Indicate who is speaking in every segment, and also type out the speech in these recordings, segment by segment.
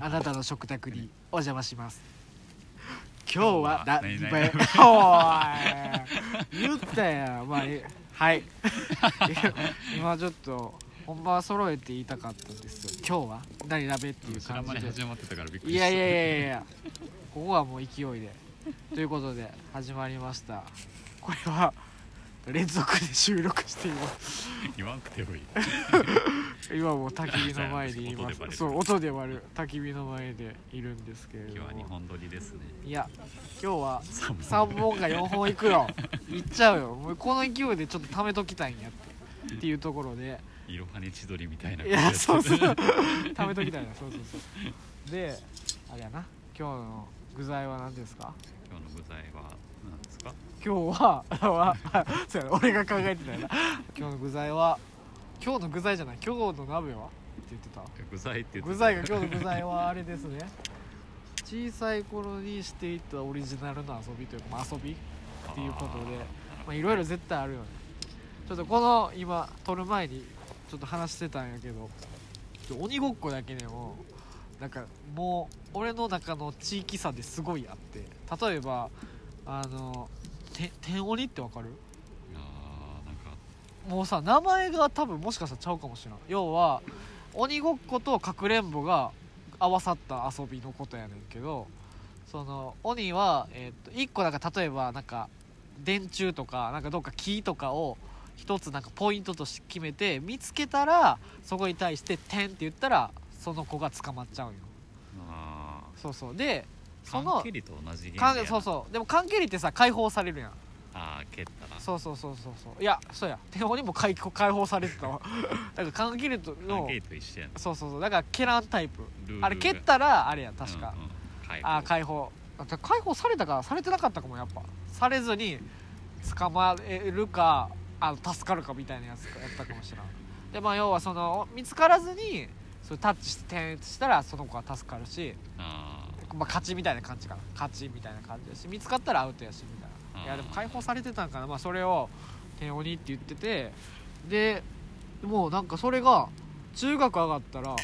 Speaker 1: あなたの食卓にお邪魔し ます今日はだ
Speaker 2: 何々
Speaker 1: べおい言ったやんまあえはい 今ちょっと本番揃えて言いたかったんです今日は何鍋っていう
Speaker 2: 知ら
Speaker 1: 感
Speaker 2: ん間に
Speaker 1: じで
Speaker 2: 始まってたからびっくり
Speaker 1: い
Speaker 2: した
Speaker 1: やいやいやいやいやここはもう勢いでということで始まりましたこれは連続で収録しています
Speaker 2: 言わんくてもいい
Speaker 1: 今もう焚き火の前にいま
Speaker 2: 音でバレ
Speaker 1: す
Speaker 2: る
Speaker 1: そう音で割る焚き火の前でいるんですけれど
Speaker 2: 今日は日
Speaker 1: も
Speaker 2: 本撮りですね
Speaker 1: いや今日は
Speaker 2: 三
Speaker 1: 3本か4本いく よいっちゃうよもうこの勢いでちょっと貯めときたいんやってっていうところ で
Speaker 2: いろはに千鳥みたいない
Speaker 1: やそうそう
Speaker 2: は
Speaker 1: 貯めときたいなそうそうそうであれやな今日の具材は何ですか
Speaker 2: 今日の具材は何ですか
Speaker 1: 今日は あそうやな俺が考えてたよな今日の具材は今日の具材じゃない今日の鍋はって言ってた
Speaker 2: 具材って言って
Speaker 1: 具材が今日の具材はあれですね小さい頃にしていたオリジナルの遊びというか、まあ、遊びっていうことでまあいろいろ絶対あるよねちょっとこの今撮る前にちょっと話してたんやけどちょっと鬼ごっこだけでもなんかもう俺の中の地域差ですごいあって例えばあのて天鬼ってわかる
Speaker 2: あーなんか
Speaker 1: もうさ名前が多分もしかしたらちゃうかもしれない要は鬼ごっことかくれんぼが合わさった遊びのことやねんけどその鬼は、えーっと1個なんか例えばなんか電柱とかなんかどっか木とかを一つなんかポイントとして決めて見つけたらそこに対して「点」って言ったらその子が捕まっちゃうんよ
Speaker 2: あー
Speaker 1: そうそうでそ
Speaker 2: 缶
Speaker 1: の
Speaker 2: 蹴りと同じ
Speaker 1: かんそう
Speaker 2: う
Speaker 1: そうでも缶蹴りってさ解放されるやん
Speaker 2: ああ蹴ったら
Speaker 1: そうそうそうそうそういやそうや手法にも解解放されてたわ だから缶蹴りと
Speaker 2: 缶
Speaker 1: の
Speaker 2: 蹴りと一緒やん
Speaker 1: そうそうそうだから蹴らんタイプ
Speaker 2: ルール
Speaker 1: あれ蹴ったらあれや確か、
Speaker 2: うんうん解放
Speaker 1: ああ解放あてか解放されたかされてなかったかもやっぱされずに捕まえるかあの助かるかみたいなやつやったかもしれないでまあ要はその見つからずにそれタッチして点したらその子は助かるし、
Speaker 2: あ
Speaker 1: まあ、勝ちみたいな感じかな勝ちみたいな感じだし見つかったらアウトやしみたいな
Speaker 2: あー
Speaker 1: いやでも解放されてたんかな、まあ、それを「天鬼」って言っててでもうなんかそれが中学上がったら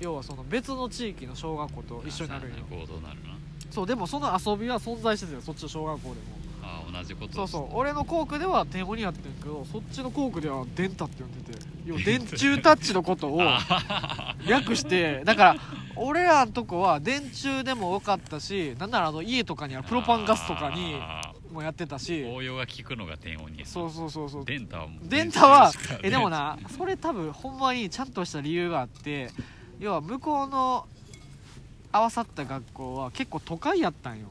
Speaker 1: 要はその別の地域の小学校と
Speaker 2: ー
Speaker 1: 一緒になるんよ
Speaker 2: あー合同なるな
Speaker 1: そうでもその遊びは存在してたよそっちの小学校でも
Speaker 2: あー同じこと
Speaker 1: そうそう俺の校区では天鬼やってんけどそっちの校区では電太って呼んでて要は電柱タッチのことを
Speaker 2: あ
Speaker 1: 略してだから俺らんとこは電柱でも多かったしなんならあの家とかにある
Speaker 2: ー
Speaker 1: プロパンガスとかに
Speaker 2: あ
Speaker 1: もやってたし
Speaker 2: ー応用が効くのが天王に
Speaker 1: そうそうそうそう
Speaker 2: デンタはもう
Speaker 1: 電太は
Speaker 2: 電柱しか
Speaker 1: えでもなそれ多分ほんまにちゃんとした理由があって要は向こうの合わさった学校は結構都会やったんよ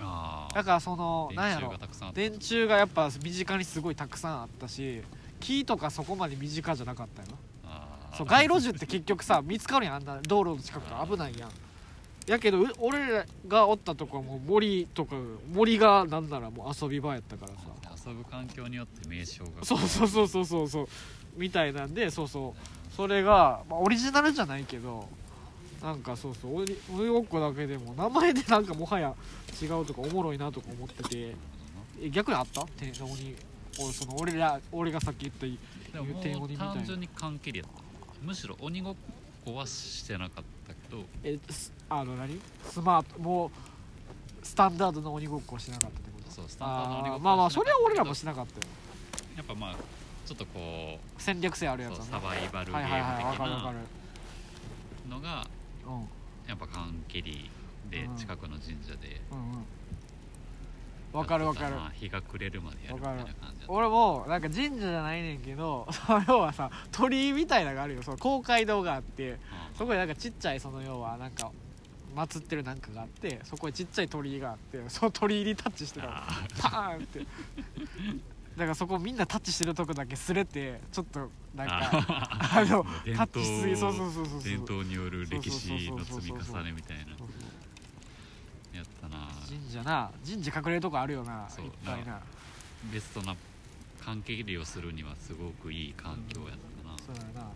Speaker 2: あ
Speaker 1: だ
Speaker 2: あ
Speaker 1: からその
Speaker 2: 電
Speaker 1: なんや
Speaker 2: 柱
Speaker 1: ろ
Speaker 2: がたくさんあった
Speaker 1: 電柱がやっぱ身近にすごいたくさんあったし木とかそこまで身近じゃなかったよな
Speaker 2: あー
Speaker 1: そう街路樹って結局さ見つかるやんあんな道路の近くから危ないやんやけどう俺らがおったとこはもう森とか森がなんならもう遊び場やったからさ
Speaker 2: 遊ぶ環境によって名称 が
Speaker 1: そうそうそうそうそうそうみたいなんでそうそうそれが、まあ、オリジナルじゃないけどなんかそうそう鬼鬼ごっこだけでも名前でなんかもはや違うとかおもろいなとか思っててえ逆にあった天の鬼おその俺ら俺がさっき言った
Speaker 2: でも
Speaker 1: 言う天
Speaker 2: も
Speaker 1: 鬼み
Speaker 2: う
Speaker 1: たいな
Speaker 2: 単純に関係やったむしろ鬼ごっこはしてなかったけど
Speaker 1: えすあの何スマートもうスタンダードの鬼ごっこをしなかったってこと
Speaker 2: そうスタンダードの鬼ご
Speaker 1: あー
Speaker 2: っこ
Speaker 1: まあまあそれは俺らも
Speaker 2: し
Speaker 1: しなかったよ
Speaker 2: なかったけどやっぱまあちょっとこ
Speaker 1: 戦略性ある
Speaker 2: う
Speaker 1: や
Speaker 2: そう
Speaker 1: つ
Speaker 2: サ
Speaker 1: は
Speaker 2: バイバル
Speaker 1: ね
Speaker 2: ゲ
Speaker 1: はいはい
Speaker 2: ー
Speaker 1: はい
Speaker 2: ム
Speaker 1: わ
Speaker 2: 的
Speaker 1: かるわか
Speaker 2: な
Speaker 1: る
Speaker 2: のが
Speaker 1: うん
Speaker 2: やっぱ関係りで
Speaker 1: うん
Speaker 2: 近くの神社で
Speaker 1: うんうんわかるわかる
Speaker 2: やってたな日が暮れるまでやるみたいな感じだった
Speaker 1: 俺もなんか神社じゃないねんけど その要はさ鳥居みたいなのがあるよその公会堂があってそこになんかちっちゃいその要はなんか祀ってるなんかがあってそこにちっちゃい鳥居があってその鳥居にタッチしてたの
Speaker 2: あ
Speaker 1: パーン ってだからそこみんなタッチしてるとこだけすれてちょっとなんか
Speaker 2: あ
Speaker 1: あ の
Speaker 2: 伝
Speaker 1: タッチしすぎそうそ
Speaker 2: 統
Speaker 1: うそうそうそう
Speaker 2: 伝統による歴史
Speaker 1: そう
Speaker 2: の
Speaker 1: そう
Speaker 2: 積み
Speaker 1: そうそうそう
Speaker 2: 重ねみたいな
Speaker 1: そうそう
Speaker 2: やったな
Speaker 1: 神社な神社隠れるとこあるよな
Speaker 2: そう
Speaker 1: いっぱいな
Speaker 2: ベストな関係利をするにはすごくいい環境やったな、
Speaker 1: そうやな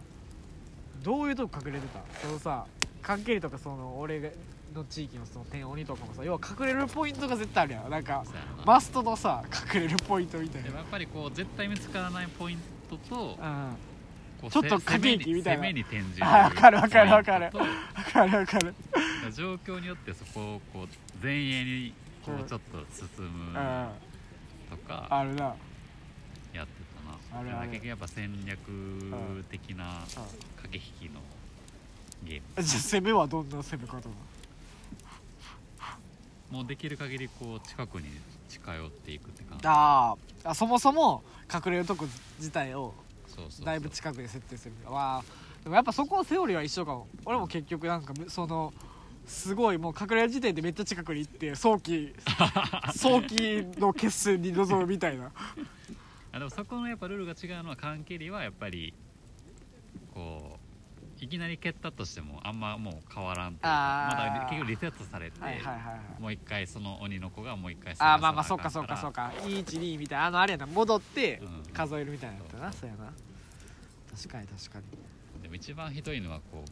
Speaker 1: どういうとこ隠れてたそのさ関係とかその俺の地域のその天鬼とかもさ要は隠れるポイントが絶対あるやんなんか
Speaker 2: そうやな
Speaker 1: マストのさ隠れるポイントみたい
Speaker 2: で
Speaker 1: な
Speaker 2: もやっぱりこう絶対見つからないポイントと
Speaker 1: うん
Speaker 2: こう
Speaker 1: ちょっと
Speaker 2: せ攻め
Speaker 1: 駆け引きみたいな
Speaker 2: 攻めに転じる
Speaker 1: あーわかるわかるわかる
Speaker 2: ポイント
Speaker 1: わかるわかる
Speaker 2: と状況によってそこをこう前衛にこ
Speaker 1: うん
Speaker 2: うちょっと進
Speaker 1: う
Speaker 2: む
Speaker 1: んあ
Speaker 2: とか、
Speaker 1: るな
Speaker 2: やってたな
Speaker 1: あるある
Speaker 2: だから結局やっぱ戦略的な駆け引きのゲーム、
Speaker 1: じゃあ攻めはどんな攻め方なの
Speaker 2: もうできる限りこう近くに近寄っていくって感じ
Speaker 1: あーあそもそも隠れるとこ自体を
Speaker 2: そうそうそう
Speaker 1: だいぶ近くで設定するわあでもやっぱそこのセオリーは一緒かも俺も結局なんかむそのすごいもう隠れる時点でめっちゃ近くに行って早期早期の決戦に臨むみたいな
Speaker 2: あでもそこのやっぱルールが違うのは缶蹴りはやっぱりこういきなり蹴ったとしてもあんまもう変わらんというか
Speaker 1: あー
Speaker 2: まだ結局リセットされて、
Speaker 1: はいはいはいはい
Speaker 2: もう一回その鬼の子がもう一回
Speaker 1: あーまあまあそっかそっ
Speaker 2: う
Speaker 1: かそっ
Speaker 2: か
Speaker 1: か123みたいなあのあれやな戻って
Speaker 2: らうん
Speaker 1: 数えるみたいなやったなそうやな確かに確かに
Speaker 2: でも一番ひどいのはこうもう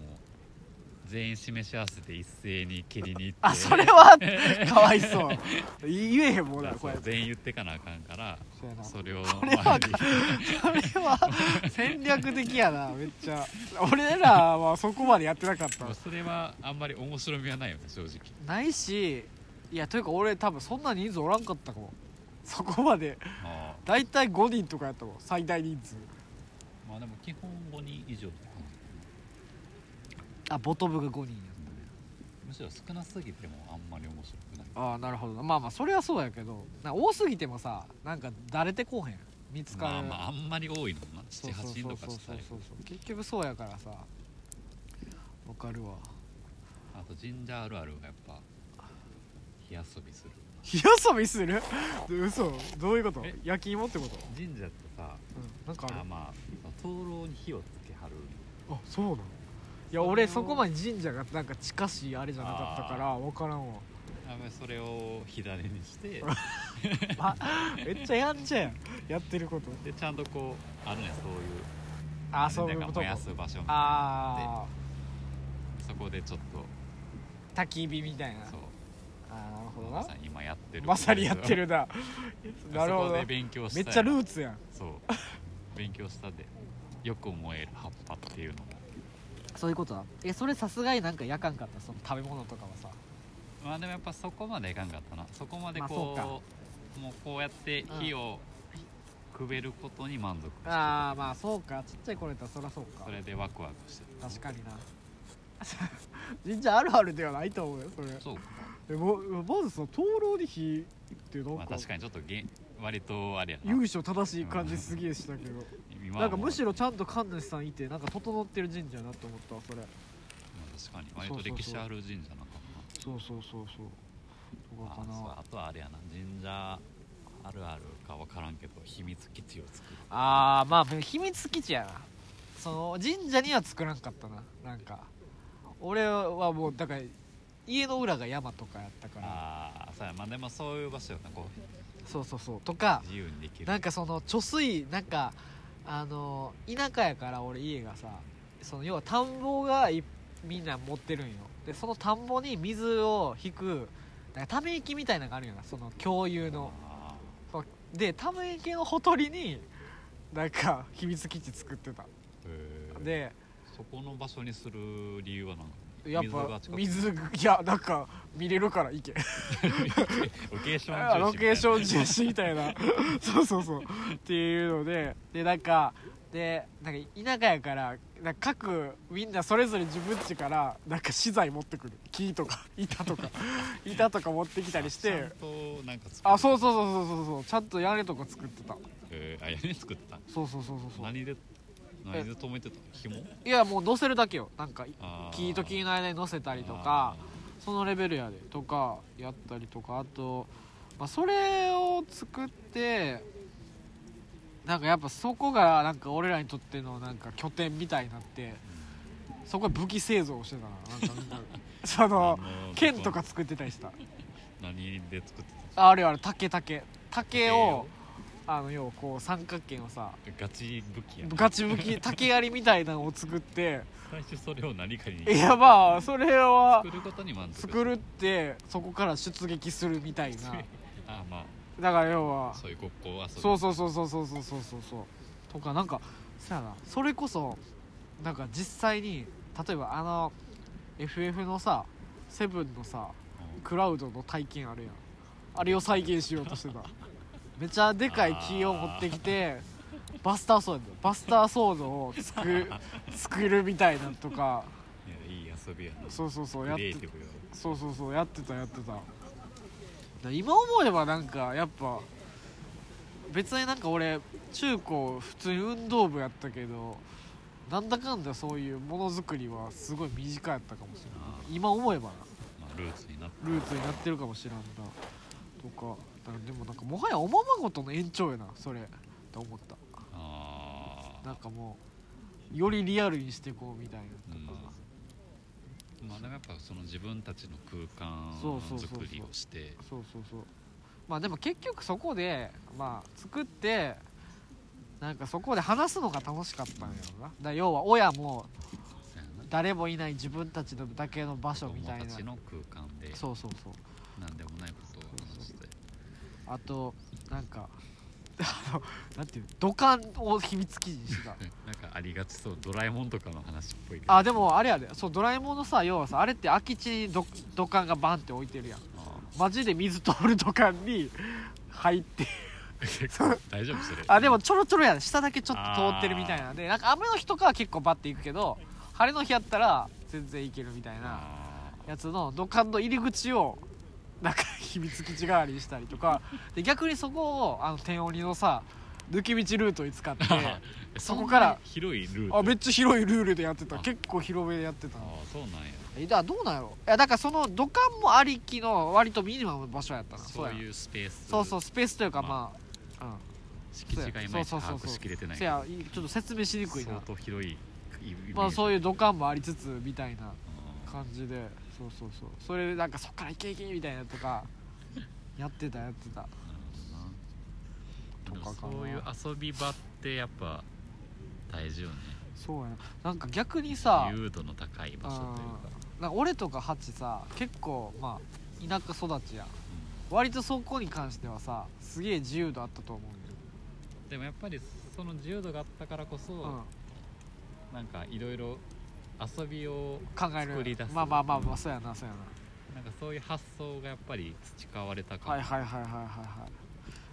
Speaker 2: 全員示し合わせて一斉に蹴りに行って
Speaker 1: あそれはかわいそう言えへんもんな
Speaker 2: そう
Speaker 1: こうやって
Speaker 2: 全員言ってかなあかんから
Speaker 1: そうやな
Speaker 2: それを
Speaker 1: れは
Speaker 2: に
Speaker 1: それは戦略的やなめっちゃ俺らはそこまでやってなかった
Speaker 2: もうそれはあんまり面白みはないよね正直
Speaker 1: ないしいやというか俺多分そんな人数おらんかったかも そこまで
Speaker 2: あ
Speaker 1: 大体5人とかやったもん最大人数
Speaker 2: まあでも基本5人以上って感じ
Speaker 1: あボトムが5人や
Speaker 2: むしろ少なすぎてもあんまり面白くない
Speaker 1: ああなるほどなまあまあそれはそうやけどなんか多すぎてもさなんかだれてこうへん見つかる、
Speaker 2: まあまああんまり多いのもな
Speaker 1: そうそう
Speaker 2: 78人
Speaker 1: そう
Speaker 2: とか
Speaker 1: そう
Speaker 2: した
Speaker 1: そう
Speaker 2: り
Speaker 1: そう結局そうやからさわかるわ
Speaker 2: あとジンジャーあるあるがやっぱ火遊びする
Speaker 1: 火遊びする 嘘どういうこと
Speaker 2: え
Speaker 1: 焼き芋ってこと、
Speaker 2: 神社ってさ
Speaker 1: うん、なんかある
Speaker 2: あまあ灯籠に火をつけはる
Speaker 1: あそうなのいや俺そこまで神社がなんか近しいあれじゃなかったから分からんわ
Speaker 2: あまあそれを火種にして
Speaker 1: めっちゃやんちゃやんやってること
Speaker 2: でちゃんとこうあるねそういう
Speaker 1: あそういう
Speaker 2: なん
Speaker 1: こ
Speaker 2: か
Speaker 1: と
Speaker 2: 燃
Speaker 1: か
Speaker 2: やす場所みたいな
Speaker 1: あ
Speaker 2: そこでちょっと
Speaker 1: あ焚き火みたいな
Speaker 2: そう
Speaker 1: あーなるほど
Speaker 2: ま
Speaker 1: な
Speaker 2: さに今やってる
Speaker 1: まさにやってるななるほ
Speaker 2: そ
Speaker 1: ど
Speaker 2: こ
Speaker 1: な
Speaker 2: で勉強した
Speaker 1: めっ
Speaker 2: よ
Speaker 1: ちゃルーツやん
Speaker 2: そう勉強したでよく燃える葉っぱっていうのも
Speaker 1: そういうことだえそれさすがになんかやかんかったその食べ物とかはさ
Speaker 2: まあでもやっぱそこまでいかんかったなそこまでこう,、
Speaker 1: まあ
Speaker 2: もうこうやって火をくべることに満足してた
Speaker 1: ああまあそうかちっちゃい頃やったらそりゃそうか
Speaker 2: それでワクワクしてた
Speaker 1: 確かにな 神社あるあるではないと思うよそれ
Speaker 2: そうか、
Speaker 1: えもまずさ灯籠に火ってなん
Speaker 2: ま
Speaker 1: か,、
Speaker 2: あ、確かにちょっとげん割とあれやな
Speaker 1: 由緒正しい感じすげえしたけど、
Speaker 2: 今は
Speaker 1: なんか
Speaker 2: もう
Speaker 1: むしろちゃんと神主さんいてなんか整ってる神社やなと思ったわそれ
Speaker 2: まあ確かに割と歴史ある神社なのか
Speaker 1: そうそうそうそう
Speaker 2: も
Speaker 1: とかか
Speaker 2: なあそう
Speaker 1: な
Speaker 2: あとはあれやな神社あるあるか分からんけど秘密基地を作る
Speaker 1: ああまあ秘密基地やなその神社には作らんかったななんか俺はもうだから家の裏が山とかやったから
Speaker 2: ああそうやまあでもそういう場所よなこう
Speaker 1: そうそうそうとか
Speaker 2: 自由にできる
Speaker 1: なんかその貯水なんかあの田舎やから俺家がさその要は田んぼがいみんな持ってるんよでその田んぼに水を引くなんかため池みたいなのがあるよなその共有の
Speaker 2: あ
Speaker 1: でため池のほとりになんか秘密基地作ってた
Speaker 2: ーへー
Speaker 1: で
Speaker 2: そこの場所にする理由はなんか
Speaker 1: やっ
Speaker 2: 水が
Speaker 1: ぱ
Speaker 2: 近く
Speaker 1: 水いやなんか見れるから行け
Speaker 2: ロケーション重視みたいな
Speaker 1: ロケーション重視みたいな そうそうそうっていうのででなんかでなんか田舎やからなんか各みんなそれぞれ自分家からなんか資材持ってくる木と か板とか板とか持ってきたりし
Speaker 2: ちゃ
Speaker 1: て
Speaker 2: んとなんか作
Speaker 1: あそううそうそうそうそうそうちゃんと屋根とか作ってた
Speaker 2: あ屋根作った
Speaker 1: そうそうそうそうそう
Speaker 2: 何で何で止めてた紐
Speaker 1: いやもう乗せるだけよなんか
Speaker 2: あー
Speaker 1: 木と木の間に乗せたりとかそのレベルやでとかやったりとかあと、まあ、それを作ってなんかやっぱそこがなんか俺らにとってのなんか拠点みたいになってそこで武器製造をしてたななんかみんな そ
Speaker 2: あー
Speaker 1: の
Speaker 2: あの
Speaker 1: 剣とか作ってたりした
Speaker 2: 何で作って
Speaker 1: ああれあれ竹竹竹を
Speaker 2: 竹を
Speaker 1: あの要はこう三角形のさ
Speaker 2: たガチ武器やな
Speaker 1: ガチ武 器竹槍みたいなのを作って
Speaker 2: 最初それを何かに
Speaker 1: いやまあそれは
Speaker 2: 作ることに満足
Speaker 1: 作るってそこから出撃するみたいな
Speaker 2: あーま
Speaker 1: だから要は
Speaker 2: あそういうごっこ遊び
Speaker 1: そうそうそうそうそうそうそうそうとかなんかそやなそれこそなんか実際に例えばあの FF のさセブンのさクラウドの体験あるやんあれを再現しようとしてためちゃでかい木を持ってきてバスターソードバスターソードを作 る作るみたいなんとか
Speaker 2: いやいい遊びやな
Speaker 1: そうそうそう
Speaker 2: ク
Speaker 1: やっ
Speaker 2: リエ
Speaker 1: て
Speaker 2: イティブよ
Speaker 1: そうそうそうやってたやってただ今思えばなんかやっぱ別になんか俺中高普通に運動部やったけどなんだかんだそういうものづくりはすごい短やったかもしれ
Speaker 2: あ
Speaker 1: ない今思えばな
Speaker 2: まあ、ルーツになって
Speaker 1: ルーツになってるかもしらんなとかだからでもなんかもはやおままごとの延長やなそれって思った
Speaker 2: あ
Speaker 1: なんかもうよりリアルにしていこうみたいなとか、
Speaker 2: ーまあでもやっぱその自分たちの空間
Speaker 1: そうそうそうそう
Speaker 2: 作りをして
Speaker 1: そうそうそうまあでも結局そこでまあ作ってなんかそこで話すのが楽しかったんやろなだから要は親も
Speaker 2: そうやな
Speaker 1: 誰もいない自分たちのだけの場所
Speaker 2: 子
Speaker 1: み
Speaker 2: 供
Speaker 1: たい
Speaker 2: た
Speaker 1: な
Speaker 2: ちの空間で
Speaker 1: そうそうそう
Speaker 2: 何でもないことを話して
Speaker 1: あとなんか あのなんていうの土管を秘密基地にしてた
Speaker 2: ねなんかありがちそうドラえもんとかの話っぽいけど
Speaker 1: あでもあれやでそうドラえもんのさ要はさあれって空き地にど土管がバンって置いてるやん
Speaker 2: あ
Speaker 1: マジで水通る土管に入って
Speaker 2: ー結構大丈夫それ
Speaker 1: あでもちょろちょろやで下だけちょっと通ってるみたいなんでなんか雨の日とかは結構バッて行くけど晴れの日やったら全然行けるみたいな
Speaker 2: あ
Speaker 1: やつの土管の入り口をなんか秘密基地代わりにしたりと かで逆にそこをあの天鬼のさ抜け道ルートに 使って
Speaker 2: ー
Speaker 1: そこから
Speaker 2: んな広いルート
Speaker 1: あめっちゃ広いルールでやってた
Speaker 2: あ
Speaker 1: 結構広めでやってた
Speaker 2: あ
Speaker 1: の
Speaker 2: ーそうなんや
Speaker 1: えだからどうなんやろいやだからその土管もありきの割とミニマムの場所やったな
Speaker 2: そう
Speaker 1: う
Speaker 2: いうスペース
Speaker 1: そうそうスペースというかま
Speaker 2: ま
Speaker 1: あ、うん
Speaker 2: 敷地がいまいち
Speaker 1: そうそうそうそう
Speaker 2: 把握しきれてない
Speaker 1: せやいちょっと説明しにくい
Speaker 2: 相
Speaker 1: な
Speaker 2: 当広いイイメージ
Speaker 1: まあそういう
Speaker 2: あ
Speaker 1: 土管もありつつみたいな
Speaker 2: ー
Speaker 1: 感じでそうそうそうそれでなんかそっからいけいけみたいなとかやってたやってた
Speaker 2: なる
Speaker 1: と
Speaker 2: ほどな
Speaker 1: かかな
Speaker 2: でもそういう遊び場ってやっぱ大事よね
Speaker 1: そうやななんか逆にさ
Speaker 2: 誘導の高い場所というか
Speaker 1: なんか俺とかハチさ結構まあ田舎育ちやん割とそこに関してはさすげえ自由度あったと思う
Speaker 2: うんでもやっぱりその自由度があったからこそ、
Speaker 1: んよ、
Speaker 2: なんかいろいろ遊びを
Speaker 1: うん、考える
Speaker 2: 作り出す
Speaker 1: まあまあまあま
Speaker 2: う
Speaker 1: あ
Speaker 2: ん
Speaker 1: そうやなそうや
Speaker 2: なんかそういう発想がやっぱり培われたか
Speaker 1: なは
Speaker 2: ら、
Speaker 1: いはいはいはいはいはい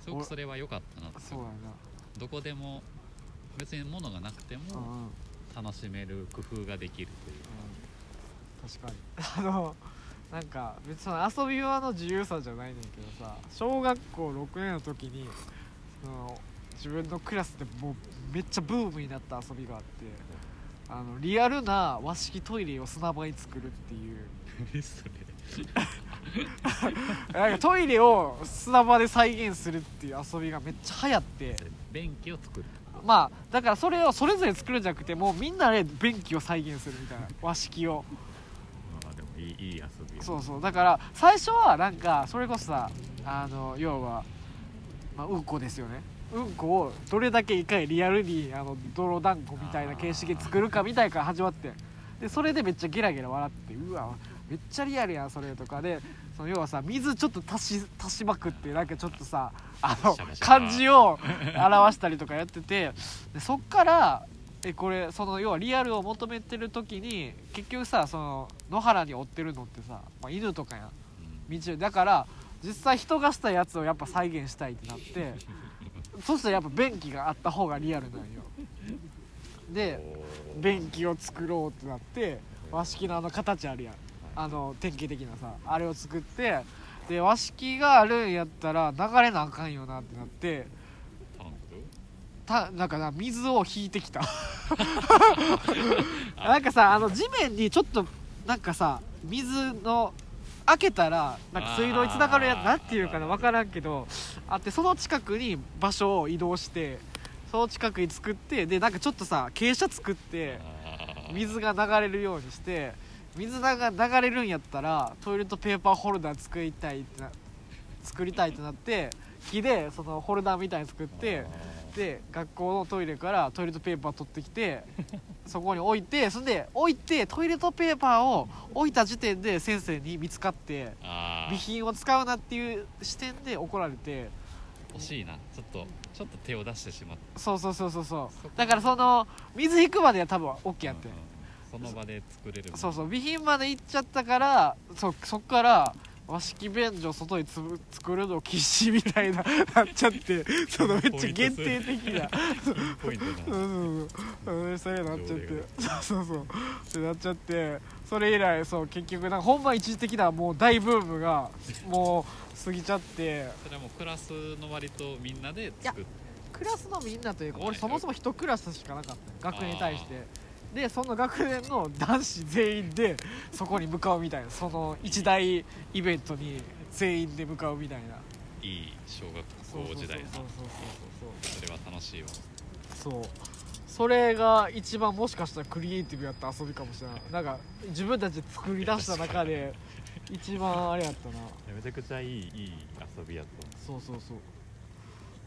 Speaker 2: すごくそれは良かったなって
Speaker 1: そうや
Speaker 2: どこでも別に物がなくて
Speaker 1: なうん
Speaker 2: も
Speaker 1: うん
Speaker 2: 楽しめる工夫ができるという
Speaker 1: 確かにあのなんか別にその遊び場の自由さじゃないねんけどさ小学校6年の時にその自分のクラスでもうめっちゃブームになった遊びがあってあのリアルな和式トイレを砂場に作るっていう
Speaker 2: 何そ れ
Speaker 1: なんかトイレを砂場で再現するっていう遊びがめっちゃ流行って
Speaker 2: 便器を作る
Speaker 1: まあだからそれをそれぞれ作るんじゃなくてもうみんなで便器を再現するみたいな和式を。
Speaker 2: まあでもいいいい遊び
Speaker 1: そうそうだから最初はなんかそれこそさあの要は、まあ、うんこですよねうんこをどれだけいかにリアルにあの泥団子みたいな形式で作るかみたいから始まってでそれでめっちゃゲラゲラ笑ってうわめっちゃリアルやんそれとかでその要はさ水ちょっと足し足しまくってなんかちょっとさあの
Speaker 2: シャバシャバ
Speaker 1: 漢字を表したりとかやっててでそっからえこれその要はリアルを求めてる時に結局さその野原に追ってるのってさ、まあ、犬とかやん
Speaker 2: うん
Speaker 1: 道だから実際人がしたやつをやっぱ再現したいってなってそしたらやっぱ便器があった方がリアルなんよで便器を作ろうってなって和式のあの形あるやんあの典型的なさあれを作ってで和式があるんやったら流れなあかんよなってなって
Speaker 2: タンク
Speaker 1: たなんかな水を引いてき たなんかさあの地面にちょっとなんかさ水の開けたらなんか水道につながるやつ
Speaker 2: あー
Speaker 1: なんていうかな分からんけどあってその近くに場所を移動してその近くに作ってでなんかちょっとさ傾斜作って
Speaker 2: あー
Speaker 1: 水が流れるようにして水が流れるんやったらトイレットペーパーホルダー作りたいってな作りたいってなって木でそのホルダーみたいに作って。で学校のトイレからトイレットペーパー取ってきてそこに置いてそんで置いてトイレットペーパーを置いた時点で先生に見つかって
Speaker 2: あー
Speaker 1: 備品を使うなっていう視点で怒られて
Speaker 2: 欲しいなちょっとちょっと手を出してしまった
Speaker 1: そうそうそうそうそ
Speaker 2: そこ
Speaker 1: うだからその水引くまでは多分 OK やって
Speaker 2: うんうんその場で作れる
Speaker 1: そうそう備品まで行っちゃったからそそっから和式便所外につぶ作るの禁止みたいな なっちゃってそのめっちゃ限定的な
Speaker 2: ポイントだ
Speaker 1: う
Speaker 2: なん
Speaker 1: うんうんそれなっちゃってそうそうそうってなっちゃってそれ以来そう結局なんかほんま一時的なもう大ブームがもう過ぎちゃって
Speaker 2: それはもうクラスの割とみんなで作っ
Speaker 1: クラスのみんなというか
Speaker 2: はい
Speaker 1: 俺そもそも一クラスしかなかった学年に対してでその学年の男子全員でそこに向かうみたいなその一大イベントに全員で向かうみたいない
Speaker 2: い小学校時代だな
Speaker 1: そう
Speaker 2: それは楽しいわ
Speaker 1: そうそうそうそうそうそれが一番もしかしたらクリエイティブやった遊びかもしれないなんか自分たちで作り出した中で一番あれやったな
Speaker 3: めちゃくちゃいいいい遊びやと
Speaker 1: そうそうそう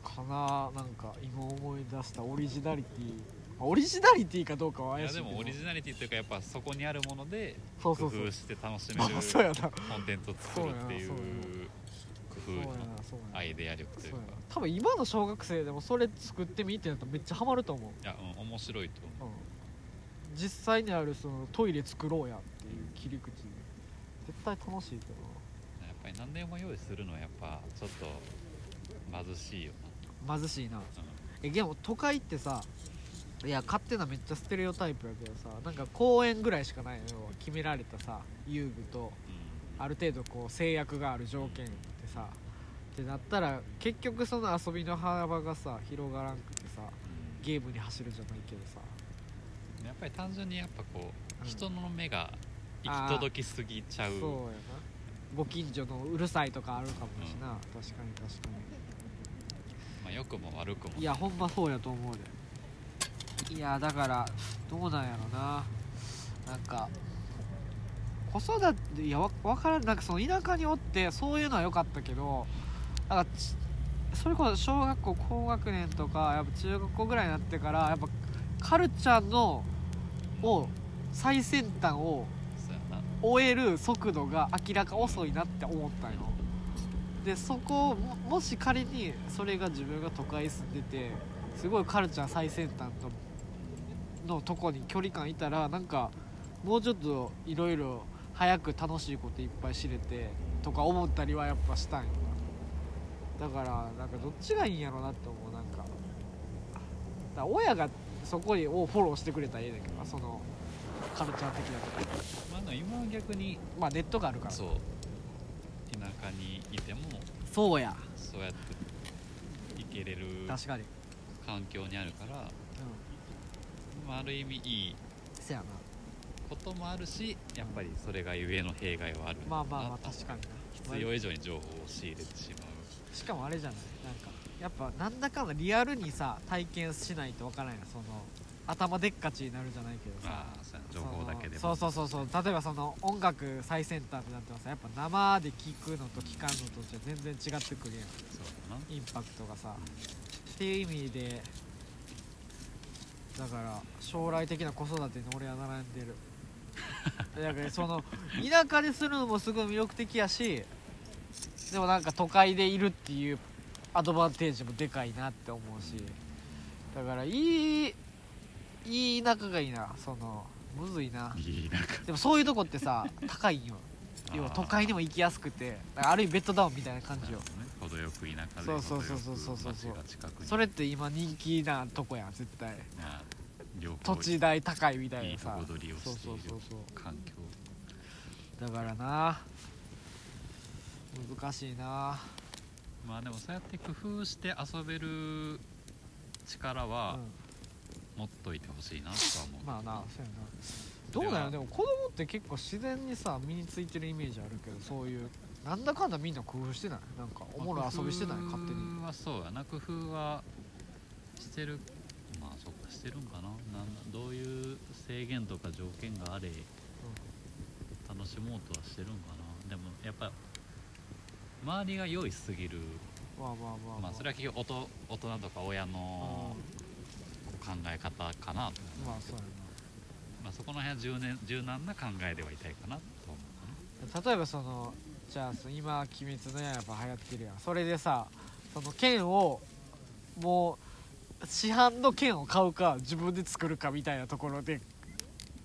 Speaker 1: かななんか今思い出したオリジナリティあオリジナリティかどうかはい怪
Speaker 2: や
Speaker 1: しいけ
Speaker 2: で
Speaker 1: ど
Speaker 2: もオリジナリティというかやっぱそこにあるもので
Speaker 1: そうそ
Speaker 2: 工
Speaker 1: うそう
Speaker 2: 夫して楽しめ
Speaker 1: あ
Speaker 2: る
Speaker 1: そうやなそう
Speaker 2: コンテンツを作るっていう
Speaker 1: そうや
Speaker 2: 工
Speaker 1: やな
Speaker 2: 夫の
Speaker 1: そうやな
Speaker 2: アイデア力と
Speaker 1: そ
Speaker 2: いう
Speaker 1: う
Speaker 2: か
Speaker 1: やな多分今の小学生でもそれ作ってみってなったらめっちゃハマると思う、
Speaker 2: いや、うん、面白いと思
Speaker 1: うん、実際にあるそのトイレ作ろうやっていう切り口絶対楽しいけどな
Speaker 2: うやっぱり何でも用意するのはやっぱちょっと貧しいよ
Speaker 1: 貧しいな
Speaker 2: な、うん
Speaker 1: えでも都会ってさいや勝手なめっちゃステレオタイプやけどさなんか公園ぐらいしかないのよ決められたさ遊具と
Speaker 2: うん、
Speaker 1: ある程度こう制約がある条件ってさってなったら結局その遊びの幅がさ広がらんくてさ
Speaker 2: うん
Speaker 1: ゲームに走るじゃないけどさ
Speaker 2: やっぱり単純にやっぱこ
Speaker 1: うん
Speaker 2: う人の目が行き届きすぎちゃう
Speaker 1: そうやなご近所のうるさいとかあるかもしな、確かに確か
Speaker 2: まあ良くも悪くも
Speaker 1: にいやほんまそうやと思うでいやだからどうなんやろななんか子育ていやわわからんなんかその田舎におってそういうのは良かったけどなんかちそれこそ小学校高学年とかやっぱ中学校ぐらいになってからやっぱカルチャーのを最先端を
Speaker 2: そうやな
Speaker 1: 終える速度が明らか遅いなって思ったよでそこをももし仮にそれが自分が都会住んでてすごいカルチャー最先端とのとこに距離感いたらなんかもうちょっといろいろ早く楽しいこといっぱい知れてとか思ったりはやっぱしたんよなだからなんかどっちがいいんやろなって思うなんかだから親がそこにをフォローしてくれたらいいんだけどなそのカルチャー的なとこ
Speaker 2: まあでも今は逆に
Speaker 1: まあネットがあるから
Speaker 2: そう田舎にいても
Speaker 1: そうや
Speaker 2: そうやって行けれる
Speaker 1: 確かに、
Speaker 2: 環境にあるから、
Speaker 1: う
Speaker 2: まあ、ある意味いい
Speaker 1: ん、せやな
Speaker 2: こともあるしやっぱりそれがゆえの弊害はある
Speaker 1: まあまあまあ
Speaker 2: な
Speaker 1: 確かにな
Speaker 2: 必要以上に情報を仕入れてしま
Speaker 1: しかもあれじゃないなんかやっぱなんだかんだリアルにさ体験しないとわからんやんその頭でっかちになるじゃないけど
Speaker 2: う
Speaker 1: さ
Speaker 2: まあそうやな情報だけで
Speaker 1: その
Speaker 2: も
Speaker 1: そうそうそうそう例えばその音楽最先端ってなってもさやっぱ生で聴くのと聴かんのとじゃ全然違ってくるやん
Speaker 2: そうだな
Speaker 1: インパクトがさっていう意味でだから将来的な子育てに俺は並んでるだからその田舎でするのもすごい魅力的やしでもなんか都会でいるっていうアドバンテージもでかいなって思うしだからいいいい田舎がいいなそのむずいない
Speaker 2: いなんか
Speaker 1: でもそういうとこってさ高いんよ要は都会に
Speaker 2: も
Speaker 1: も行きやすくてだからある意味ベッドダウンみたいな感じよ
Speaker 2: 程よく田舎で
Speaker 1: そうそうそうそうそうそう
Speaker 2: 程よく街が近くに
Speaker 1: それって今人気なとこやん絶対
Speaker 2: まあ両方
Speaker 1: 土地代高いみたい
Speaker 2: いい
Speaker 1: な
Speaker 2: と
Speaker 1: さ
Speaker 2: こ取りを
Speaker 1: そう
Speaker 2: して
Speaker 1: そう
Speaker 2: い
Speaker 1: そう
Speaker 2: る
Speaker 1: そう
Speaker 2: 環境
Speaker 1: だからな難しいな
Speaker 2: まあでもそうやって工夫して遊べる力は持っといてほしいなとは思
Speaker 1: う
Speaker 2: う、
Speaker 1: ん、まあなそうやなどうな
Speaker 2: で
Speaker 1: の
Speaker 2: は
Speaker 1: でも子供って結構自然にさ身についてるイメージあるけどそういうなんだかんだみんな工夫してないなんかおもろい遊びしてない勝手に
Speaker 2: 工夫はそうやな工夫はしてるまあそうかしてるんかななんだどういう制限とか条件があれ楽しもうとはしてるんかなでもやっぱ周りが用意しすぎる
Speaker 1: まあまあまあ
Speaker 2: まあそれは結局おと大人とか親の考え方かなと
Speaker 1: うんまあそうや
Speaker 2: まあ、そこの辺は柔軟柔軟な考えではいたいかなと思
Speaker 1: な例えばそのじゃあその今「鬼滅の刃」流行ってるやんそれでさその剣をもう市販の剣を買うか自分で作るかみたいなところで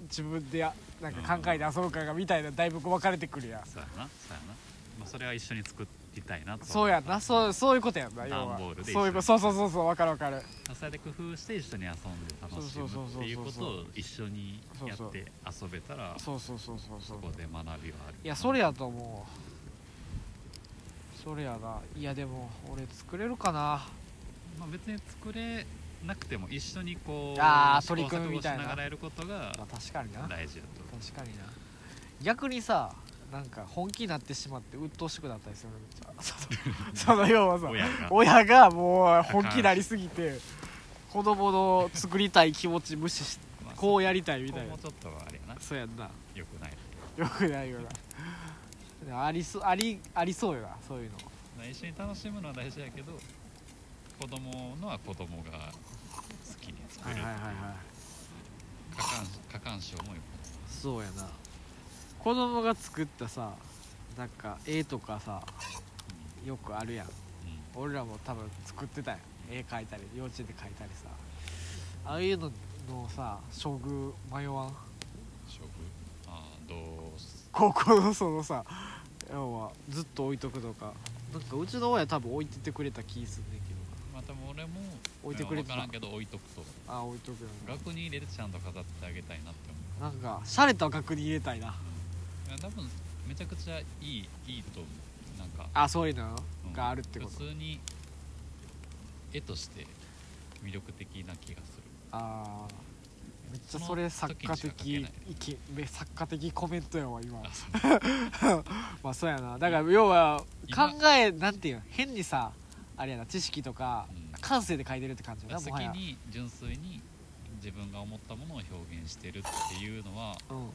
Speaker 1: 自分でやなんか考えて遊ぶかがみたいなだいぶ分かれてくるやん
Speaker 2: そうやなそうやな、まあ、それは一緒に作りたいなと
Speaker 1: そうやんなそう
Speaker 2: そ
Speaker 1: そういうことやんな要
Speaker 2: 段
Speaker 1: は
Speaker 2: ボールで一
Speaker 1: そ
Speaker 2: 緒に
Speaker 1: ういうことそうそうそうそう分かる分かる
Speaker 2: それで工夫して一緒に遊んで楽しむ
Speaker 1: そうそうそうそうそう
Speaker 2: っていうことを一緒にやって遊べたらそ
Speaker 1: そうそうそうそうそう
Speaker 2: こで学びはある
Speaker 1: いやそれやと思うそれやないやでも俺作れるかな
Speaker 2: まあ、別に作れなくても一緒にこう
Speaker 1: あー
Speaker 2: 試行
Speaker 1: 取り組むみたいな
Speaker 2: 錯誤しながらやることが
Speaker 1: まあ確かにな
Speaker 2: 大事だと
Speaker 1: 確かにな逆にさなんか本気になってしまって鬱陶しくなったりするのめっちゃそのその要はさ
Speaker 2: 親が
Speaker 1: 親がもう本気になりすぎて子供の作りたい気持ち無視し
Speaker 2: まあ
Speaker 1: こうやりたいみ
Speaker 2: そこ
Speaker 1: たいな
Speaker 2: もちょっとあれやな
Speaker 1: そうやんな
Speaker 2: よくない
Speaker 1: よくないよなありそありありそうよなそういうの
Speaker 2: まあ一緒に楽しむのは大事やけど子供のは子供が好きに作る過干過干渉もよ
Speaker 1: そうやな子供が作ったさなんか絵とかさ
Speaker 2: く
Speaker 1: よくあるやん
Speaker 2: うんうん
Speaker 1: 俺らも多分作ってたやん絵描いたり幼稚園で描いたりさああいうののさ処遇迷わん
Speaker 2: 勝負ああどうす
Speaker 1: 高校のそのさ要はずっと置いとくとかなんかうちの親多分置いててくれた気すんねんけ
Speaker 2: まあ多分俺も
Speaker 1: 置いてくれて
Speaker 2: 分
Speaker 1: た
Speaker 2: からんけど置いとくと
Speaker 1: どなあ置いとくよな
Speaker 2: 額に入れてちゃんと飾ってあげたいなって思う
Speaker 1: なんか洒落た額に入れたいない
Speaker 2: や多分めちゃくちゃいいいいと思うなんか
Speaker 1: あそういうの
Speaker 2: うん
Speaker 1: があるってこと
Speaker 2: 普通に絵として魅力的な気がする
Speaker 1: ああめっちゃそれ作家
Speaker 2: その時
Speaker 1: 的
Speaker 2: にしか描けない
Speaker 1: 意見め作家的コメントやわ今
Speaker 2: あそう
Speaker 1: まあそうやなだから要は
Speaker 2: 今
Speaker 1: 考えなんていうの変にさあれやな知識とか
Speaker 2: うん
Speaker 1: 感性で書いてるって感じやなもはや
Speaker 2: 先に純粋に自分が思ったものを表現してるっていうのは
Speaker 1: うん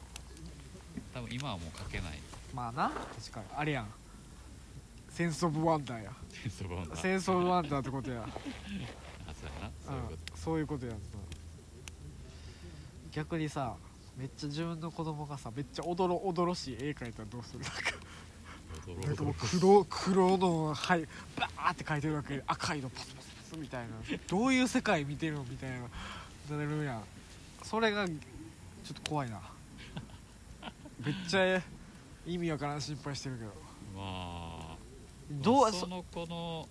Speaker 2: 多分今はもう書けない
Speaker 1: まあな確かにあれやんセンス・オブ・ワンダーや
Speaker 2: センスボンダ
Speaker 1: センス・オブ・ワンダーってことや
Speaker 2: あそうやな
Speaker 1: う
Speaker 2: そういうこ
Speaker 1: ん そういうことやんな逆にさめっちゃ自分の子供がさめっちゃおどろおどろしい絵描いたらどうするなんか
Speaker 2: と
Speaker 1: なんかもう黒黒のはいバーって書いてるわけで赤いのパスパスパスみたいなどういう世界見てるのみたいななるやんそれがちょっと怖いな めっちゃ意味わからん心配してるけど
Speaker 2: まあ
Speaker 1: どうそ
Speaker 2: その子の、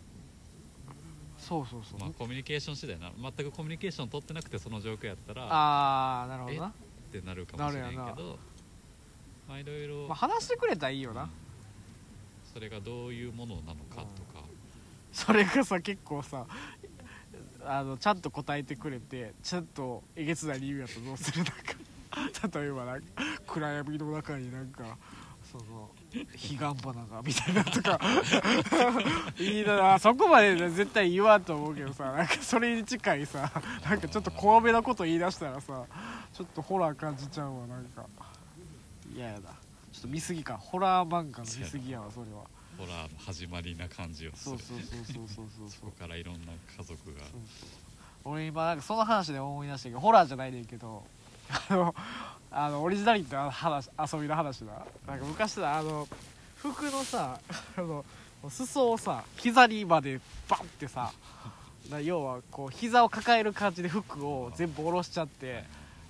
Speaker 1: そうそうそう、
Speaker 2: まあ、コミュニケーション次第な全くコミュニケーション取ってなくてその状況やったらっ
Speaker 1: ああなるほどな、
Speaker 2: てなるかもしれんけど
Speaker 1: なるや
Speaker 2: まあいろいろ、
Speaker 1: まあ、話してくれたらいいよ
Speaker 2: うん
Speaker 1: な、
Speaker 2: それがどういうものなのかとか、
Speaker 1: それがさ結構さあのちゃんと答えてくれてちゃんとえげつない理由やとどうするなんか例えばなんか暗闇の中になんかその彼岸花がみたいなとかいいなそこまで絶対言わんと思うけどさなんかそれに近いさなんかちょっと怖めなこと言い出したらさちょっとホラー感じちゃうわなんか嫌やだちょっと見過ぎかホラー漫画の見過ぎやわそれは
Speaker 2: ホラーの始まりな感じをす
Speaker 1: そう
Speaker 2: る
Speaker 1: そうそうそうそうそう
Speaker 2: そ
Speaker 1: そう
Speaker 2: こからいろんな家族が
Speaker 1: 俺今なんかその話で思い出したけどホラーじゃないねんけどあのあのオリジナリティの話遊びの話だなんか昔さあの服のさあの裾をさ膝にまでバンってさな要はこう膝を抱える感じで服を全部下ろしちゃって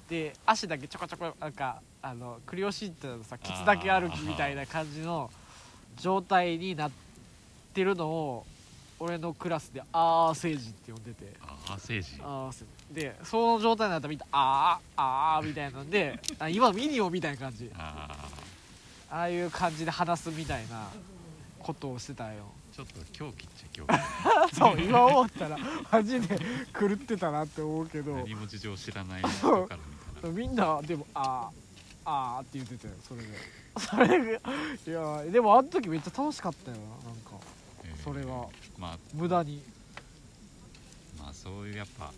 Speaker 1: で足だけちょこちょこなんかあのクリオシンタのさケツだけ歩きみたいな感じの状態になってるのを俺のクラスで「あー聖人」って呼んでて。
Speaker 2: ああ政治
Speaker 1: あーそうでその状態になったらみんな「あーあー」みたいなん であ今ミニオンみたいな感じ
Speaker 2: ああ
Speaker 1: ああいう感じで話すみたいなことをしてたよ
Speaker 2: ちょっと狂気っちゃ狂 気
Speaker 1: そう今思ったらマジで狂ってたなって思うけど
Speaker 2: 何も事情知らない人 からみたいな
Speaker 1: みんなでも「あーあー」って言ってたよそれでそれでいやーでもあの時めっちゃ楽しかったよななんか
Speaker 2: えー
Speaker 1: それは
Speaker 2: まあ
Speaker 1: 無駄に
Speaker 2: まあそういうやっぱ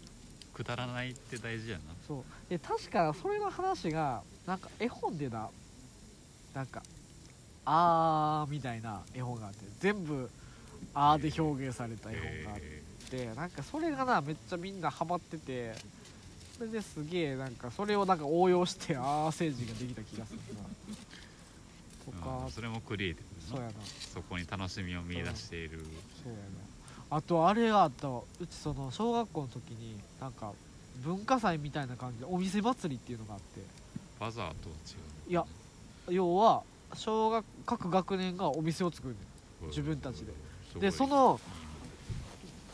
Speaker 2: くだらないって大事やな
Speaker 1: そうで確かそれの話がなんか絵本でななんか「あー」みたいな絵本があって全部「あー」で表現された絵本があっ
Speaker 2: え
Speaker 1: て、なんかそれがなめっちゃみんなハマっててそれですげえなんかそれをなんか応用して「あー」政治ができた気がするな
Speaker 2: ー
Speaker 1: とか
Speaker 2: うんそれもクリエイティブ
Speaker 1: そう
Speaker 2: な
Speaker 1: やな
Speaker 2: そこに楽しみを見出している
Speaker 1: そうやなあとあれがあったわうちその小学校の時になんか文化祭みたいな感じでお店祭りっていうのがあっ
Speaker 2: バザーとは
Speaker 1: ていや要は小学各学年がお店を作るね
Speaker 2: 違う
Speaker 1: 自分たちです
Speaker 2: ごい
Speaker 1: でその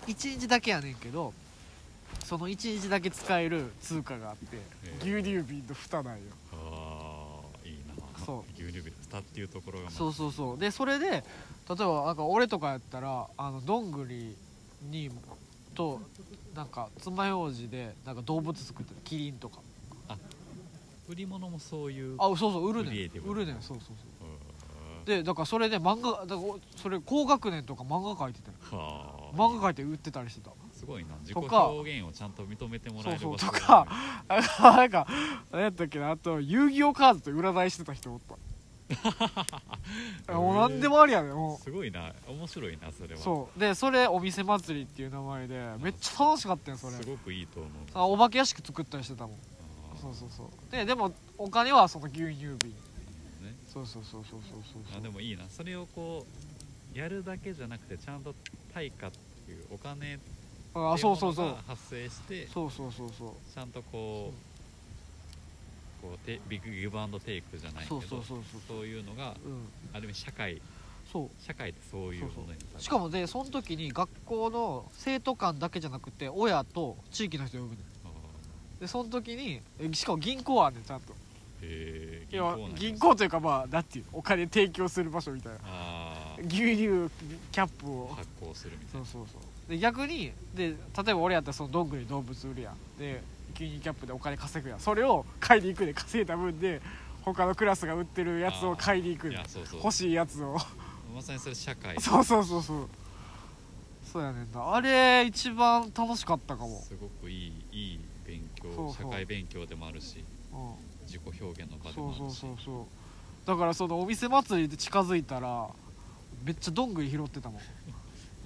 Speaker 1: 1日だけやねんけどその1日だけ使える通貨があって
Speaker 2: ええ
Speaker 1: 牛乳瓶の蓋なんよ
Speaker 2: ああいいな
Speaker 1: そう
Speaker 2: 牛乳瓶の蓋っていうところがまた
Speaker 1: そうそうそうでそれで例えばなんか俺とかやったらあのどんぐりにとなんか爪楊枝でなんか動物作ってるキリンとか
Speaker 2: 売り物もそういう
Speaker 1: あそうそう売る
Speaker 2: クリエ
Speaker 1: ね
Speaker 2: イティ
Speaker 1: ん
Speaker 2: ブ
Speaker 1: 売るねんそうそうそう
Speaker 2: うん
Speaker 1: でだからそれで漫画だからおそれ高学年とか漫画描いてたよ
Speaker 2: はあ
Speaker 1: 漫画描いて売ってたりしてた
Speaker 2: すごいな自己
Speaker 1: とか
Speaker 2: 表現をちゃんと認めてもらえる
Speaker 1: そう
Speaker 2: 場
Speaker 1: そう
Speaker 2: 所が
Speaker 1: とか
Speaker 2: あ
Speaker 1: あ なんか何やったっけなあと遊戯王カードと占いしてた人おった もう何でもありやねん
Speaker 2: る
Speaker 1: も
Speaker 2: すごいな面白いなそれ
Speaker 1: う
Speaker 2: は
Speaker 1: そうでそれお店祭りっていう名前でめっちゃ楽しかったよそれ
Speaker 2: すごくいいと思う
Speaker 1: あお化け屋敷作ったりしてたもん
Speaker 2: あー
Speaker 1: そうそうそうででもお金はその牛乳瓶
Speaker 2: ね
Speaker 1: そうそうそうそうそうそうそう
Speaker 2: あでもいいなそれをこうやるだけじゃなくてちゃんと対価っていうお金っていう
Speaker 1: あそう
Speaker 2: も
Speaker 1: そ
Speaker 2: の
Speaker 1: うそう
Speaker 2: が発生して
Speaker 1: そうそうそうそう
Speaker 2: ちゃんとこうこうテビッグギブアンドテイクじゃないけ
Speaker 1: そ
Speaker 2: ど
Speaker 1: うそうそう
Speaker 2: そういうのが
Speaker 1: そううん
Speaker 2: ある意味社会
Speaker 1: そ
Speaker 2: 社会ってそういうものになる
Speaker 1: うしかもでその時に学校の生徒間だけじゃなくて親と地域の人呼ぶねん
Speaker 2: あー
Speaker 1: でその時にえしかも銀行あんねんちゃんと
Speaker 2: へー
Speaker 1: 要は
Speaker 2: なんです
Speaker 1: 銀行というかまあなんていうお金提供する場所みたいな
Speaker 2: あー
Speaker 1: 牛乳キャップを
Speaker 2: 発行するみた
Speaker 1: そ
Speaker 2: いうな
Speaker 1: そうそうで逆にで例えば俺やったらそのどんぐり動物売るやんで牛乳キャップでお金稼ぐやんそれを買いに行くで稼いだ分で他のクラスが売ってるやつを買いに行く
Speaker 2: い
Speaker 1: で
Speaker 2: やそうそう
Speaker 1: 欲しいやつを
Speaker 2: まさにそれ社 会
Speaker 1: そうそうそうそうそうやねんなあれ一番楽しかったかも、
Speaker 2: すごくいいいい勉強
Speaker 1: そうそう
Speaker 2: 社会勉強でもあるし
Speaker 1: う
Speaker 2: 自己表現の場
Speaker 1: ん、
Speaker 2: で
Speaker 1: そ
Speaker 2: も
Speaker 1: う
Speaker 2: あるし
Speaker 1: そうそうそうだからそのお店祭りで近づいたらめっちゃどんぐり拾ってたもん
Speaker 2: も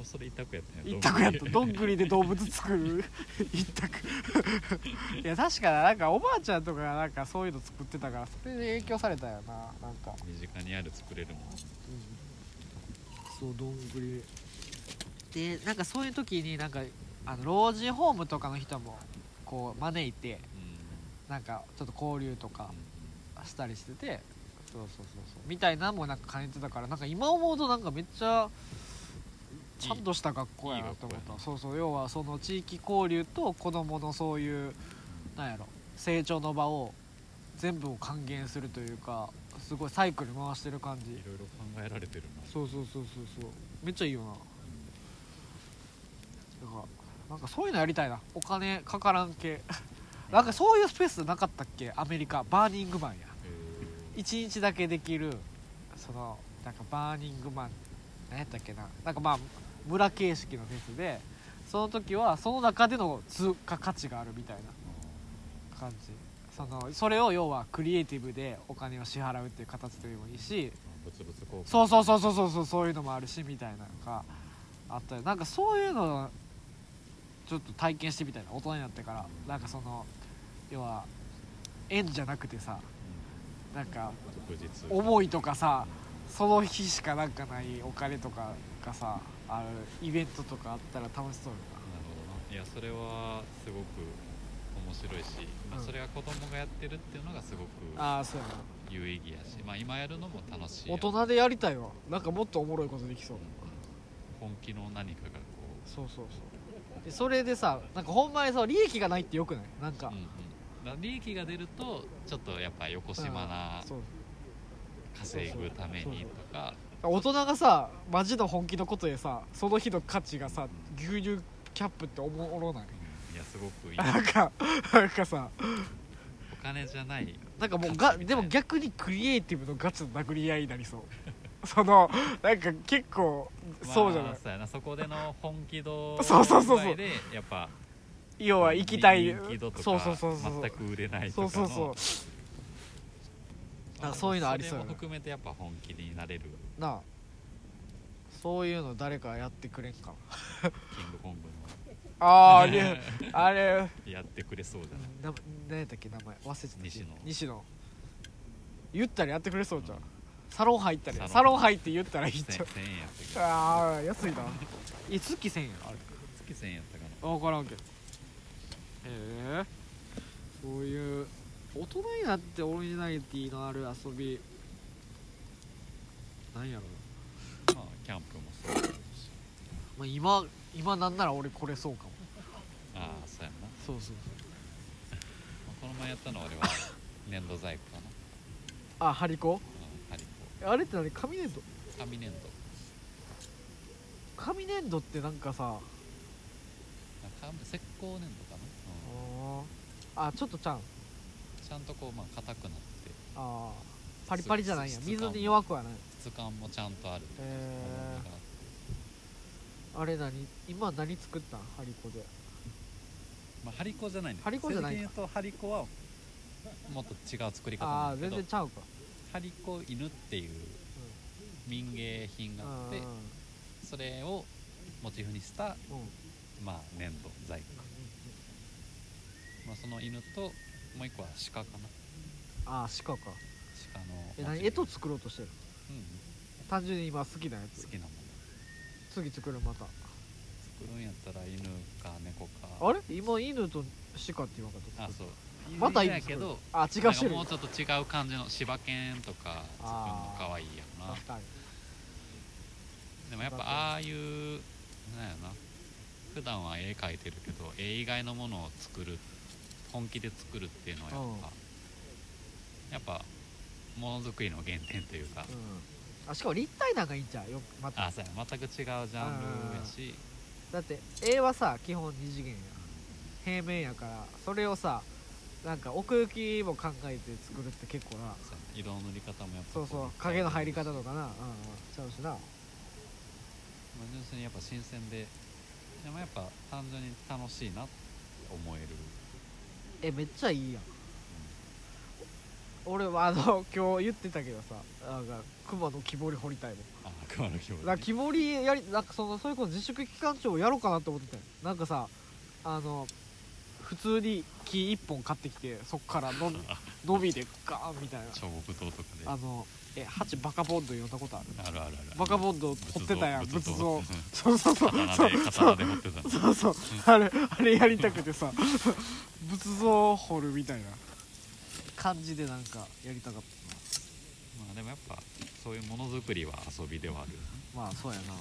Speaker 2: うそれ一択やったん
Speaker 1: 一択やったどん
Speaker 2: り
Speaker 1: ぐりで動物作る 一択いや確かななんかおばあちゃんとかがなんかそういうの作ってたからそれで影響されたよななんか、
Speaker 2: 身近にある作れるもの
Speaker 1: そうどんぐりでなんかそういう時になんかあの老人ホームとかの人もこう招いて
Speaker 2: う
Speaker 1: なんかちょっと交流とか
Speaker 2: ん
Speaker 1: したりしててそうそうそうそうみたいなのもなんか感じてたからなんか今思うとなんかめっちゃちゃんとした学校やなと思っ
Speaker 2: いい学校
Speaker 1: た
Speaker 2: やな
Speaker 1: そうそう要はその地域交流と子どものそういうなんやろ成長の場を全部を還元するというかすごいサイクル回してる感
Speaker 2: い
Speaker 1: じ
Speaker 2: ろいろ考えられてるな
Speaker 1: そうそうそうそうそうめっちゃいいよななんかなんかそういうのやりたいなお金かからん系なんかそういうスペースなかったっけアメリカバーニングマンや
Speaker 2: へー
Speaker 1: 1日だけできるそのなんかバーニングマン何やったっけななんかまあ村形式のフェスでその時はその中での通貨価値があるみたいな感じそのそれを要はクリエイティブでお金を支払うっていう形でもいいし
Speaker 2: 物々交換
Speaker 1: そうそうそうそうそうそうそういうのもあるしみたいなのがあったよなんかそういうのちょっと体験してみたいな大人になってからなんかその要は縁じゃなくてさなんか
Speaker 2: うん即日
Speaker 1: 思いとかさその日しかなんかないお金とかがさあるイベントとかあったら楽しそうよ
Speaker 2: なるほどないやそれはすごく面白いし、まあ、
Speaker 1: うん
Speaker 2: それが子供がやってるっていうのがすごく
Speaker 1: なああそうやな
Speaker 2: 有意義やし、まあ、今やるのも楽しいや
Speaker 1: 大
Speaker 2: ろ
Speaker 1: 人でやりたいわなんかもっとおもろいことできそう
Speaker 2: 本気の何かがこ
Speaker 1: そうそうそうでそれでさなんかほんまにさ利益がないってよくないなん
Speaker 2: う、
Speaker 1: か
Speaker 2: うん、うん、だから利益が出るとちょっとやっぱ横島な
Speaker 1: そう
Speaker 2: 稼ぐためにとか
Speaker 1: 大人がさマジの本気のことでさその日の価値がさ牛乳キャップっておもろない
Speaker 2: うんいやすごくいい
Speaker 1: なんかなんかさ
Speaker 2: お金じゃない
Speaker 1: なんかもうがでも逆にクリエイティブのガチの殴り合いになりそう そのなんか結構そうじゃない、
Speaker 2: まあそうやなそこでの本気度
Speaker 1: そうそうそうそう
Speaker 2: 具合でやっぱ
Speaker 1: 要は行きたい
Speaker 2: 人気度とか
Speaker 1: そうそうそうそう
Speaker 2: 全く売れないとか
Speaker 1: そう
Speaker 2: の
Speaker 1: そうそうなんかそういうのありそうやな
Speaker 2: れも含めてやっぱ本気になれる
Speaker 1: なあそういうの誰かやってくれんかな
Speaker 2: キングコング
Speaker 1: ああ いやあれ
Speaker 2: のやってくれそうじゃない
Speaker 1: な何やったっけ名前忘れてた
Speaker 2: 西野
Speaker 1: 西野言ったらやってくれそうじゃん、
Speaker 2: うん
Speaker 1: サロン入ったらいいサ
Speaker 2: サ
Speaker 1: ロ
Speaker 2: ロ
Speaker 1: ン
Speaker 2: ン
Speaker 1: 入って言ったらいいっ
Speaker 2: 1000
Speaker 1: ちゃう
Speaker 2: 円やったけど
Speaker 1: ああ安いなえ月1000円あれ
Speaker 2: 月1000円やったかな
Speaker 1: 分からんけどへえそういう大人になってオリジナリティのある遊びなんやろう
Speaker 2: まあキャンプもそうだし
Speaker 1: まあ、今今なんなら俺これそうかも
Speaker 2: ああそうやんな、ま
Speaker 1: そうそうそう
Speaker 2: あこの前やったのは俺は粘土細工かな
Speaker 1: あ張り子
Speaker 2: うんハリコ
Speaker 1: あれって何紙粘土
Speaker 2: 紙粘土
Speaker 1: 紙粘土ってなんかさ
Speaker 2: あ紙石膏粘土かな、うん
Speaker 1: あちょっとちゃん
Speaker 2: ちゃんとこうまあ硬くなって
Speaker 1: あーパリパリじゃないんや
Speaker 2: 質質
Speaker 1: 水
Speaker 2: 感
Speaker 1: に弱くはない
Speaker 2: 質感もちゃんとある
Speaker 1: へ
Speaker 2: 重みがあっ
Speaker 1: あれ何今何作ったんハリコで
Speaker 2: まあ、ハリコじゃないね
Speaker 1: 張り子じゃないか
Speaker 2: 正確に言うとハリコはもっと違う作り方
Speaker 1: あ
Speaker 2: な
Speaker 1: あ
Speaker 2: んだ
Speaker 1: 全
Speaker 2: けど
Speaker 1: 然ちゃうか
Speaker 2: ハリコ犬っていう民芸品
Speaker 1: う
Speaker 2: が
Speaker 1: ん
Speaker 2: あっ
Speaker 1: うん
Speaker 2: てそれをモチーフにした、
Speaker 1: うん
Speaker 2: まあ、粘土細工、まあ、その犬ともう一個は鹿かな
Speaker 1: ああ鹿か
Speaker 2: 鹿の
Speaker 1: え
Speaker 2: モチー
Speaker 1: 何
Speaker 2: フ
Speaker 1: 絵と作ろうとしてる
Speaker 2: うん
Speaker 1: 単純に今好きなやつ
Speaker 2: 好きなもの
Speaker 1: 次作るまた
Speaker 2: 作るんやったら犬か猫か
Speaker 1: あれ今犬と鹿って言わんかった
Speaker 2: あそう
Speaker 1: また
Speaker 2: 犬
Speaker 1: 犬
Speaker 2: や
Speaker 1: 作
Speaker 2: け
Speaker 1: る
Speaker 2: ど
Speaker 1: あ違
Speaker 2: な
Speaker 1: うん
Speaker 2: か
Speaker 1: 種類
Speaker 2: もうちょっと違う感じの柴犬とか作る
Speaker 1: あ
Speaker 2: の
Speaker 1: ー
Speaker 2: 可愛いやろな
Speaker 1: 確かに
Speaker 2: でもやっぱああいうなんやろな普段は絵描いてるけど絵以外のものを作る本気で作るっていうのはやっぱ、やっぱものづくりの原点というか、
Speaker 1: うんあしかも立体なんかいいんちゃうよまた
Speaker 2: あそうや全く違うジャンルやし
Speaker 1: だって絵はさ基本二次元や平面やからそれをさなんか奥行きも考えて作るって結構な
Speaker 2: そうや色の塗り方もやっぱ
Speaker 1: そうそう影の入り方とかな、うんうん、ちゃうしな
Speaker 2: まあ純粋にやっぱ新鮮ででもやっぱ単純に楽しいなって思える
Speaker 1: えめっちゃいいやん俺はあの 今日言ってたけどさなんか熊の木彫り掘りたいもん
Speaker 2: あ熊の気持ち、
Speaker 1: なんか木彫りやりなんかそのそれこそ自粛期間中をやろうかなと思ってたよなんかさあの普通に木1本買ってきてそっから の伸びでガーンみたい
Speaker 2: 小木刀とかで
Speaker 1: なあのえハチバカボンド読んだことある
Speaker 2: あるあるある
Speaker 1: バカボンド掘ってたやん仏
Speaker 2: 仏像
Speaker 1: 像
Speaker 2: 仏像
Speaker 1: そうそうそうそ
Speaker 2: 刀
Speaker 1: うそ
Speaker 2: で刀
Speaker 1: う
Speaker 2: で掘ってたの
Speaker 1: そうそうあれあれやりたくてさ仏像掘るみたいな感じでなんかやりたかっ
Speaker 2: まあでもやっぱそういうものづくりは遊びではあるよね
Speaker 1: たなまあそうやな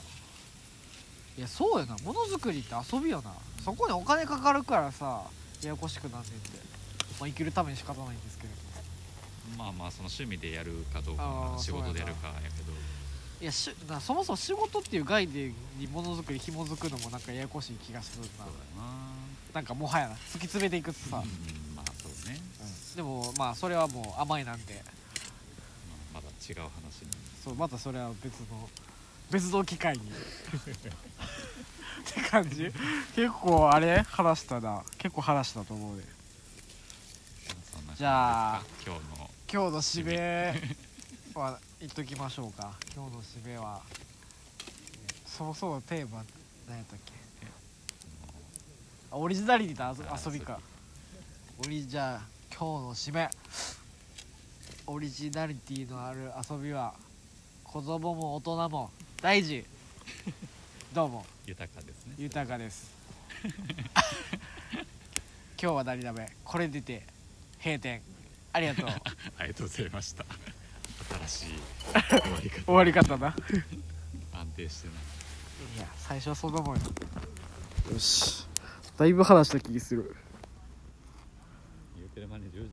Speaker 1: いやそうやなものづくりって遊びやなそこにお金かかるからさややこしくなんねんって、まあ、生きるために仕方ないんですけれど
Speaker 2: まあまあその趣味でやるかどうか
Speaker 1: あー
Speaker 2: まあ仕事でやるかやけど
Speaker 1: いやしなそもそも仕事っていう概念にものづくり紐づくのもなんかややこしい気がするな
Speaker 2: そうだよな
Speaker 1: なんかもはやな突き詰めていくとさ、
Speaker 2: うんまあそうね、
Speaker 1: でもまあそれはもう甘いなんで
Speaker 2: まあ、まだ違う話に
Speaker 1: そうまたそれは別の別の機会にって感じ結構あれ話したな結構話したと思うで
Speaker 2: そんな感じですか
Speaker 1: じゃあ
Speaker 2: 今日の
Speaker 1: 今日の締めは言っときましょうか今日の締めはそもそもテーマ何やったっけあオリジナリティの遊遊びかオリじゃあ今日の締めオリジナリティのある遊びは子供も大人も大事どうも
Speaker 2: 豊かですね
Speaker 1: 豊かです 今日はダリダメこれ出て閉店ありがとう
Speaker 2: ありがとうございました新しい終わり方
Speaker 1: 終わり方な
Speaker 2: 安定してない
Speaker 1: いや最初はそんなもんよよしだいぶ話した気する
Speaker 2: 言うてる間に10時